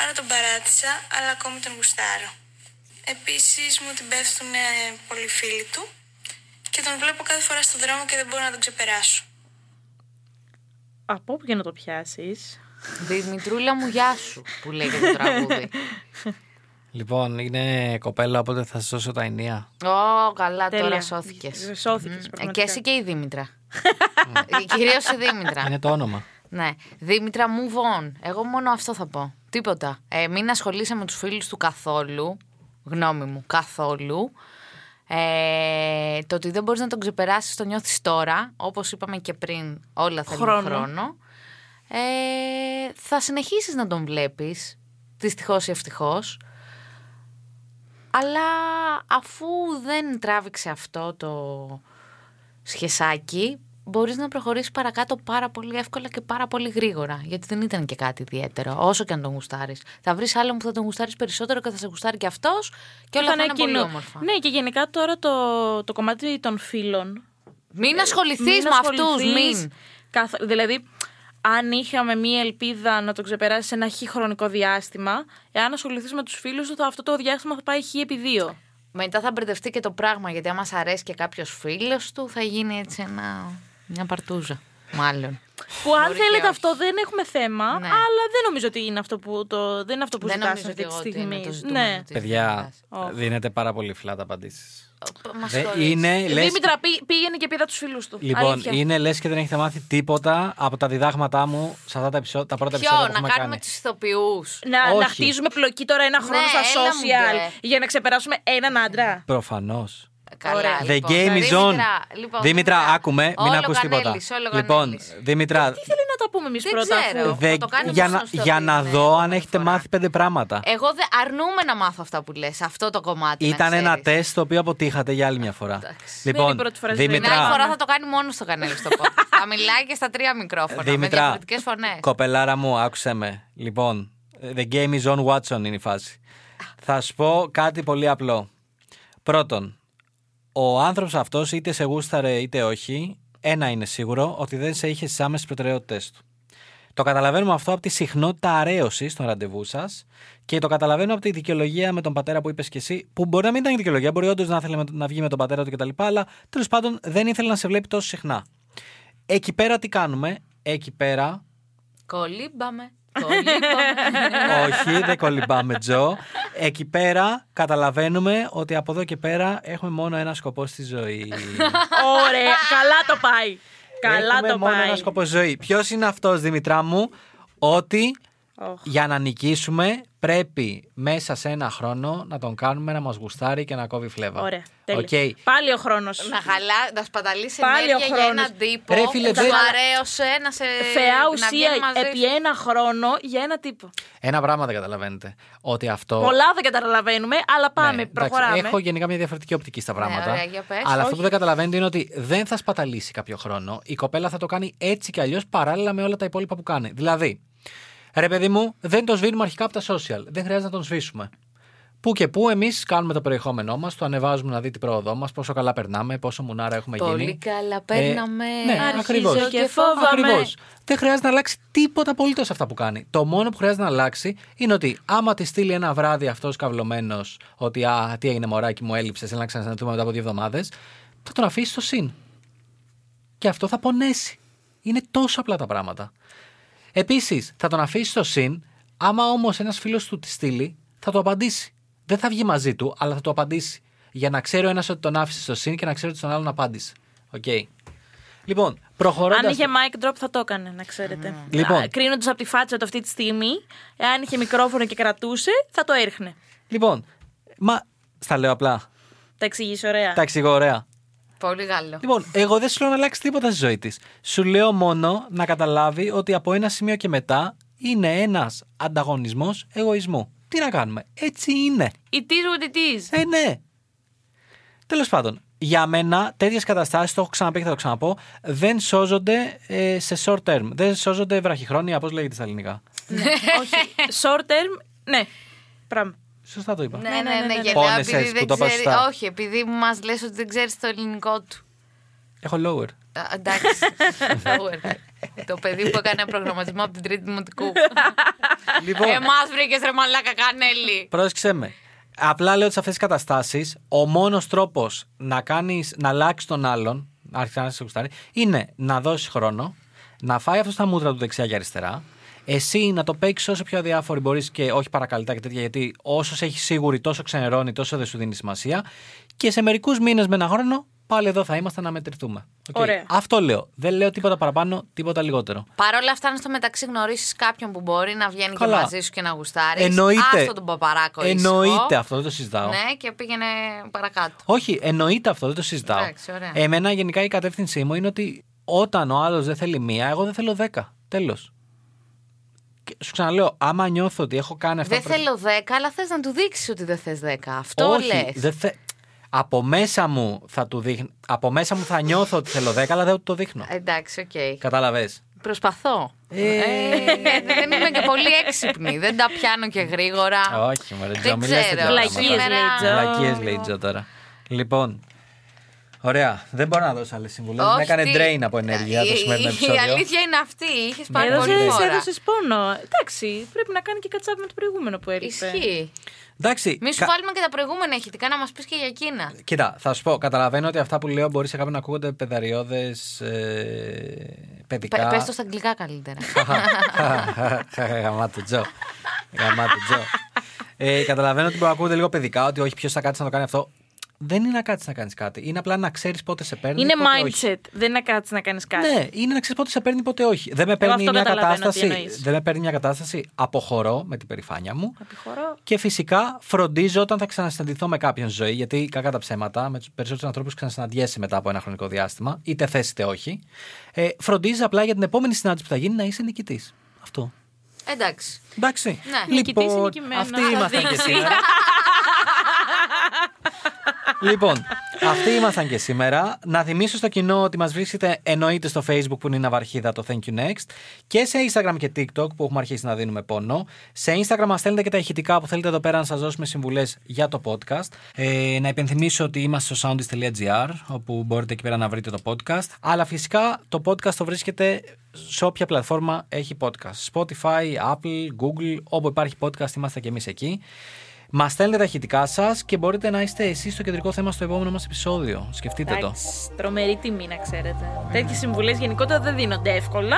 Speaker 6: Άρα τον παράτησα, αλλά ακόμη τον γουστάρω. Επίσης μου την πέφτουν πολλοί φίλοι του και τον βλέπω κάθε φορά στον δρόμο και δεν μπορώ να τον ξεπεράσω.
Speaker 4: Από όπου και να το πιάσεις.
Speaker 3: Δημητρούλα μου, γεια σου, που λέγεται το τραγούδι.
Speaker 2: Λοιπόν, είναι κοπέλα, οπότε θα σας δώσω τα ενία.
Speaker 3: Ω, καλά, τώρα
Speaker 4: Τέλεια.
Speaker 3: σώθηκες.
Speaker 4: Σώθηκες, πραγματικά.
Speaker 3: Και εσύ και η Δήμητρα. Κυρίως η Δήμητρα.
Speaker 2: Είναι το όνομα.
Speaker 3: ναι. Δήμητρα, move on. Εγώ μόνο αυτό θα πω. Τίποτα. Ε, μην ασχολείσαι με τους φίλους του καθόλου. Γνώμη μου, καθόλου. Ε, το ότι δεν μπορείς να τον ξεπεράσεις, το νιώθεις τώρα. Όπως είπαμε και πριν, όλα θέλουν χρόνο.
Speaker 4: Χρόνο.
Speaker 3: Ε, θα συνεχίσεις να τον βλέπεις. Δυστυχώς ή ευτυχώς. Αλλά αφού δεν τράβηξε αυτό το σχεσάκι, μπορείς να προχωρήσεις παρακάτω πάρα πολύ εύκολα και πάρα πολύ γρήγορα. Γιατί δεν ήταν και κάτι ιδιαίτερο, όσο και αν τον γουστάρεις. Θα βρεις άλλον που θα τον γουστάρεις περισσότερο και θα σε γουστάρει και αυτός και όλα θα είναι πολύ όμορφα.
Speaker 4: Ναι, και γενικά τώρα το, το κομμάτι των φίλων.
Speaker 3: Μην ασχοληθείς
Speaker 4: Μην
Speaker 3: με αυτούς,
Speaker 4: ασχοληθείς
Speaker 3: μην.
Speaker 4: καθ- Δηλαδή, αν είχαμε μία ελπίδα να το ξεπεράσεις σε ένα χι χρονικό διάστημα, εάν ασχοληθείς με τους φίλους του, θα- αυτό το διάστημα θα πάει χι επί δύο.
Speaker 3: Μετά θα μπερδευτεί και το πράγμα, γιατί άμα σ' αρέσει και κάποιος φίλος του, θα γίνει έτσι ένα, μια παρτούζα. Μάλλον.
Speaker 4: Που αν
Speaker 3: Μπορεί και
Speaker 4: θέλετε
Speaker 3: όχι.
Speaker 4: αυτό δεν έχουμε θέμα,
Speaker 3: Ναι.
Speaker 4: αλλά δεν νομίζω ότι είναι αυτό που, το, δεν είναι αυτό που
Speaker 3: Δεν
Speaker 4: ζητάς
Speaker 3: νομίζω
Speaker 4: αυτή
Speaker 3: ότι
Speaker 4: τη
Speaker 3: εγώ ότι
Speaker 4: στιγμή.
Speaker 3: είναι το ζητούμενο.
Speaker 4: ναι.
Speaker 3: της
Speaker 2: Παιδιά,
Speaker 4: Oh.
Speaker 2: δίνετε πάρα πολύ φλάτα απαντήσεις.
Speaker 3: Μας
Speaker 2: Δεν
Speaker 3: χωρίζει.
Speaker 2: είναι, λες,
Speaker 4: Δήμητρα, πή- πήγαινε και πήδα τους φίλους του.
Speaker 2: λοιπόν,
Speaker 4: Αλήθεια.
Speaker 2: είναι λες και δεν έχετε μάθει τίποτα από τα διδάγματά μου σε αυτά τα, επεισόδια, τα πρώτα
Speaker 3: Ποιο,
Speaker 2: επεισόδια που
Speaker 3: να
Speaker 2: έχουμε
Speaker 3: κάνουμε
Speaker 2: κάνει.
Speaker 3: τους ηθοποιούς.
Speaker 4: Να, να
Speaker 2: όχι.
Speaker 4: χτίζουμε πλοκή τώρα ένα χρόνο
Speaker 3: Ναι,
Speaker 4: στα
Speaker 3: έλα μου,
Speaker 4: social
Speaker 3: μπε.
Speaker 4: για να ξεπεράσουμε έναν άντρα.
Speaker 2: Προφανώς.
Speaker 3: Καλά.
Speaker 2: The
Speaker 3: λοιπόν.
Speaker 2: game is on.
Speaker 3: Δήμητρα, λοιπόν,
Speaker 2: Δήμητρα,
Speaker 3: Δήμητρα,
Speaker 2: άκουμε, μην
Speaker 3: όλο
Speaker 2: ακούς τίποτα.
Speaker 3: Γανέλης, όλο
Speaker 2: Λοιπόν,
Speaker 3: Γανέλης.
Speaker 2: Δήμητρα,
Speaker 4: Τι θέλει να τα πούμε εμείς
Speaker 3: Δεν
Speaker 4: πρώτα,
Speaker 3: ξέρω.
Speaker 4: αφού-
Speaker 3: Θα το κάνουμε
Speaker 2: για,
Speaker 3: στο
Speaker 2: να,
Speaker 3: στο
Speaker 2: για να
Speaker 3: Disney
Speaker 2: δω αν
Speaker 3: πρώτη
Speaker 2: έχετε
Speaker 3: φορά.
Speaker 2: μάθει πέντε πράγματα.
Speaker 3: Εγώ δεν αρνούμαι να μάθω αυτά που λες, αυτό το κομμάτι. Ε, να
Speaker 2: Ήταν ένα
Speaker 3: ξέρεις.
Speaker 2: τεστ το οποίο αποτύχατε για άλλη μια φορά.
Speaker 4: Δεν
Speaker 2: Λοιπόν,
Speaker 4: είναι η πρώτη φορά στη
Speaker 3: Την άλλη
Speaker 2: Δήμητρα,
Speaker 3: φορά θα το κάνει μόνος στο κανέλι στο podcast. θα μιλάει και στα τρία μικρόφωνα. με
Speaker 2: Δήμητρα,
Speaker 3: διαφορετικές φωνές.
Speaker 2: κοπελάρα μου, άκουσέ με. Λοιπόν, the game is on Watson είναι η φάση. Θα σου πω κάτι πολύ απλό. Πρώτον, ο άνθρωπος αυτός είτε σε γούσταρε είτε όχι, ένα είναι σίγουρο ότι δεν σε είχε στις άμεσες προτεραιότητέ του. Το καταλαβαίνουμε αυτό από τη συχνότητα αρέωσης των ραντεβού σας και το καταλαβαίνω από τη δικαιολογία με τον πατέρα που είπες και εσύ, που μπορεί να μην ήταν η δικαιολογία, μπορεί όντως να ήθελε με- να βγει με τον πατέρα του κτλ. Αλλά τέλος πάντων δεν ήθελε να σε βλέπει τόσο συχνά. Εκεί πέρα τι κάνουμε, εκεί πέρα.
Speaker 3: Κολύμπαμε. Κολύμπαμε.
Speaker 2: όχι, δεν κολυμπάμε, Τζο. Εκεί πέρα καταλαβαίνουμε ότι από εδώ και πέρα έχουμε μόνο ένα σκοπό στη ζωή.
Speaker 4: Ωραία, καλά το πάει. Καλά
Speaker 2: Έχουμε
Speaker 4: το
Speaker 2: μόνο
Speaker 4: πάει.
Speaker 2: ένα σκοπό στη ζωή. Ποιος είναι αυτός, Δημητρά μου, ότι
Speaker 4: Οχ.
Speaker 2: για να νικήσουμε πρέπει μέσα σε ένα χρόνο να τον κάνουμε να μας γουστάρει και να κόβει φλέβα.
Speaker 4: Ωραία. Τέλεια.
Speaker 2: Οκ.
Speaker 4: Πάλι ο χρόνος.
Speaker 3: να χαλά, να σπαταλήσει
Speaker 4: Πάλι ο
Speaker 3: ενέργεια για
Speaker 4: χρόνος.
Speaker 3: έναν τύπο.
Speaker 2: Ρε φίλε,
Speaker 3: που
Speaker 2: δεν-
Speaker 3: σου αρέωσε να σε.
Speaker 4: Θεά
Speaker 3: ε, να
Speaker 4: ουσία
Speaker 3: βγαίνει μαζί
Speaker 4: επί
Speaker 3: σου.
Speaker 4: ένα χρόνο για ένα τύπο.
Speaker 2: Ένα πράγμα δεν καταλαβαίνετε. Ότι αυτό.
Speaker 4: Πολλά δεν καταλαβαίνουμε, αλλά πάμε,
Speaker 2: Ναι, εντάξει,
Speaker 4: προχωράμε.
Speaker 2: έχω γενικά μια διαφορετική οπτική στα πράγματα.
Speaker 3: Ναι, ωραία, για πες.
Speaker 2: αλλά αυτό που δεν καταλαβαίνετε είναι ότι δεν θα σπαταλήσει κάποιο χρόνο. Η κοπέλα θα το κάνει έτσι κι αλλιώς παράλληλα με όλα τα υπόλοιπα που κάνει. Δηλαδή, ρε παιδί μου, δεν το σβήνουμε αρχικά από τα social. Δεν χρειάζεται να τον σβήσουμε. Που και που εμείς κάνουμε το περιεχόμενό μας, το ανεβάζουμε να δει την πρόοδό μας, πόσο καλά περνάμε, πόσο μουνάρα έχουμε
Speaker 3: Πολύ
Speaker 2: γίνει. Ε,
Speaker 3: καλά περνάμε.
Speaker 2: ναι,
Speaker 4: Αρχίζω
Speaker 2: ακριβώς.
Speaker 4: και φόβαμαι.
Speaker 2: Ακριβώς. Δεν χρειάζεται να αλλάξει τίποτα απολύτως αυτά που κάνει. Το μόνο που χρειάζεται να αλλάξει είναι ότι άμα τη στείλει ένα βράδυ αυτός καυλωμένος ότι Α, τι έγινε μωράκι μου, έλειψες, έλα να ξανασυναντηθούμε μετά από δύο εβδομάδες, θα τον αφήσει στο συν. Και αυτό θα πονέσει. Είναι τόσο απλά τα πράγματα. Επίσης, θα τον αφήσει στο συν, άμα όμως ένας φίλος του τη στείλει, θα του απαντήσει. Δεν θα βγει μαζί του, αλλά θα του απαντήσει. Για να ξέρει ο ένας ότι τον άφησε στο συν και να ξέρει ότι στον άλλον απάντησε. Οκ. Λοιπόν, προχωρώντας.
Speaker 4: Αν είχε mic drop θα το έκανε, να ξέρετε.
Speaker 2: Λοιπόν.
Speaker 4: Κρίνοντας από τη φάτσα του αυτή τη στιγμή, εάν είχε μικρόφωνο και κρατούσε, θα το έριχνε.
Speaker 2: Λοιπόν, μα. Στα λέω απλά.
Speaker 4: Τα εξηγήσει ωραία.
Speaker 2: Τα εξηγώ ωραία.
Speaker 3: Πολύ καλό.
Speaker 2: Λοιπόν, εγώ δεν σου λέω να αλλάξει τίποτα στη ζωή της. Σου λέω μόνο να καταλάβει ότι από ένα σημείο και μετά είναι ένας ανταγωνισμός εγωισμού. Τι να κάνουμε. Έτσι είναι.
Speaker 4: It is what it is.
Speaker 2: Ε, ναι. Τέλος πάντων, για μένα τέτοιες καταστάσεις, το έχω ξαναπεί και θα το ξαναπώ, δεν σώζονται ε, σε short term. Δεν σώζονται βραχυχρόνια, πώς λέγεται στα ελληνικά.
Speaker 3: Ναι.
Speaker 4: Όχι. Short term, ναι. Πράγμα.
Speaker 2: Σωστά το είπα.
Speaker 3: Ναι, ναι, ναι, γιατί
Speaker 2: Πόνεσες
Speaker 3: επειδή
Speaker 2: που
Speaker 3: δεν
Speaker 2: το είπα
Speaker 3: ξέρει.
Speaker 2: σωστά.
Speaker 3: Όχι, επειδή μας λες ότι δεν ξέρεις το ελληνικό του.
Speaker 2: Έχω lower.
Speaker 3: Α, Εντάξει. Lower. το παιδί που έκανε προγραμματισμό από την Τρίτη Δημοτικού.
Speaker 2: Λοιπόν.
Speaker 3: Εμάς βρήκες ρε μαλάκα κανέλη.
Speaker 2: Πρόσεξε με. Απλά λέω ότι σε αυτές τις καταστάσεις ο μόνος τρόπος να, κάνεις, να αλλάξεις τον άλλον, να αρχίσει να σε γουστάρει, είναι να δώσεις χρόνο, να φάει αυτό στα μούτρα του δεξιά και αριστερά, εσύ να το παίξεις όσο πιο αδιάφοροι μπορείς και όχι παρακαλυτά και τέτοια, γιατί όσος σε έχει σίγουρη, τόσο ξενερώνει, τόσο δεν σου δίνει σημασία. Και σε μερικούς μήνες με ένα χρόνο, πάλι εδώ θα είμαστε να μετρηθούμε. Οκ.
Speaker 4: Ωραία.
Speaker 2: Αυτό λέω. Δεν λέω τίποτα παραπάνω, τίποτα λιγότερο.
Speaker 3: Παρ' όλα αυτά, αν στο μεταξύ γνωρίσεις κάποιον που μπορεί να βγαίνει
Speaker 2: Καλά.
Speaker 3: και μαζί σου και να γουστάρεις.
Speaker 2: Εννοείται.
Speaker 3: Άστο τον παπαράκο. ήσυχο.
Speaker 2: Εννοείται αυτό, δεν το συζητάω.
Speaker 3: Ναι, και πήγαινε παρακάτω.
Speaker 2: Όχι, εννοείται αυτό, δεν το συζητάω.
Speaker 3: Εντάξει, ωραία.
Speaker 2: Εμένα γενικά η κατεύθυνσή μου είναι ότι όταν ο άλλος δεν θέλει μία, εγώ δεν θέλω δέκα. Τέλος. Σου ξαναλέω, άμα νιώθω ότι έχω κάνει αυτά.
Speaker 3: Δεν
Speaker 2: που πρέπει-
Speaker 3: θέλω 10, αλλά θες να του δείξεις ότι δεν θες 10. Αυτό
Speaker 2: Όχι,
Speaker 3: λες.
Speaker 2: δεν θε... Από μέσα μου θα του δείχνω. Από μέσα μου θα νιώθω ότι θέλω δέκα, αλλά δεν του το δείχνω.
Speaker 3: Εντάξει, οκ.
Speaker 2: Κατάλαβε.
Speaker 3: Προσπαθώ. Ε, δεν είμαι και πολύ έξυπνη. Δεν τα πιάνω και γρήγορα.
Speaker 2: Όχι, μωρέ, Τζο,
Speaker 3: Δεν
Speaker 2: μην λες
Speaker 3: ξέρω.
Speaker 2: τέτοια πράγματα.
Speaker 4: Βλακίες λέει, Τζο.
Speaker 2: Βλακίες λέει η Τζο τώρα. Λοιπόν. Ωραία. Δεν μπορώ να δώσω άλλες συμβουλές.
Speaker 3: Όχι,
Speaker 2: Με έκανε
Speaker 3: τι-
Speaker 2: drain από ενέργεια το
Speaker 3: Η-
Speaker 2: σημερινό
Speaker 3: η- Η
Speaker 2: επεισόδιο.
Speaker 3: αλήθεια είναι αυτή. Είχες πάρει πολύ
Speaker 4: Έδωσε
Speaker 3: ώρα.
Speaker 4: έδωσες πόνο. Εντάξει, πρέπει να κάνει και κατσάπ με το προηγούμενο που έλειπε.
Speaker 3: Ισχύει.
Speaker 2: Εντάξει.
Speaker 3: Μη σου
Speaker 2: κα-
Speaker 3: βάλουμε και τα προηγούμενα ηχητικά να μας πεις και για εκείνα.
Speaker 2: Κοίτα, θα σου πω. Καταλαβαίνω ότι αυτά που λέω μπορεί σε κάποιον να ακούγονται πεδαριώδες. Ε, παιδικά.
Speaker 3: Πε το στα αγγλικά καλύτερα.
Speaker 2: Γαμάτο Τζο. Γαμάτο Τζο. Ε, Καταλαβαίνω ότι μπορεί να ακούγονται λίγο παιδικά ότι όχι, ποιος θα κάτσει να το κάνει αυτό. Δεν είναι να κάτσεις να κάνεις κάτι. Είναι απλά να ξέρεις πότε σε παίρνει.
Speaker 4: Είναι
Speaker 2: πότε όχι.
Speaker 4: mindset. Δεν είναι κάτι να κάνεις κάτι.
Speaker 2: Ναι, είναι να ξέρεις πότε σε παίρνει, πότε όχι. Δεν με παίρνει
Speaker 4: αυτό
Speaker 2: μια
Speaker 4: καταλαβαίνω τι
Speaker 2: κατάσταση.
Speaker 4: εννοείς.
Speaker 2: Δεν με παίρνει μια κατάσταση. Αποχωρώ με την περηφάνεια μου.
Speaker 4: Επιχωρώ.
Speaker 2: Και φυσικά φροντίζω όταν θα ξανασυναντηθώ με κάποιον στη ζωή, γιατί κακά τα ψέματα, με τους περισσότερους ανθρώπους ξανασυναντιέσαι μετά από ένα χρονικό διάστημα, είτε θες είτε όχι. Ε, φροντίζεις απλά για την επόμενη συνάντηση που θα γίνει να είσαι νικητής. Αυτό.
Speaker 3: Εντάξει.
Speaker 2: Εντάξει. Λοιπόν,
Speaker 3: Ναι,
Speaker 4: νικητής είναι νικημένος.
Speaker 2: αυτοί
Speaker 4: Θα
Speaker 2: ήμασταν και
Speaker 4: δείξει.
Speaker 2: σήμερα. λοιπόν, αυτοί ήμασταν και σήμερα. Να θυμίσω στο κοινό ότι μας βρίσκεται εννοείται στο facebook που είναι η Ναυαρχίδα το Thank You Next και σε Instagram και TikTok που έχουμε αρχίσει να δίνουμε πόνο. Σε Instagram μας στέλνετε και τα ηχητικά που θέλετε εδώ πέρα να σας δώσουμε συμβουλές για το podcast. Ε, να υπενθυμίσω ότι είμαστε στο soundist.gr όπου μπορείτε εκεί πέρα να βρείτε το podcast. Αλλά φυσικά το podcast το βρίσκεται σε όποια πλατφόρμα έχει podcast. Spotify, Apple, Google, όπου υπάρχει podcast είμαστε και εμείς εκεί. Μας στέλνετε τα ηχητικά σας και μπορείτε να είστε εσείς το κεντρικό θέμα στο επόμενο μας επεισόδιο. Σκεφτείτε το.
Speaker 4: Εντάξει, τρομερή τιμή να ξέρετε. Τέτοιες συμβουλές γενικότερα δεν δίνονται εύκολα.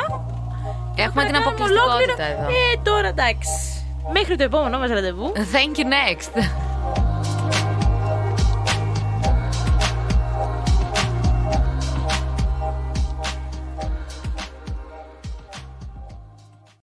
Speaker 3: Έχουμε την
Speaker 4: Να κάνουμε
Speaker 3: αποκλειστικότητα
Speaker 4: ολόκληρο-
Speaker 3: εδώ.
Speaker 4: Ε, τώρα εντάξει. Μέχρι το επόμενό μας ραντεβού.
Speaker 3: Thank you next.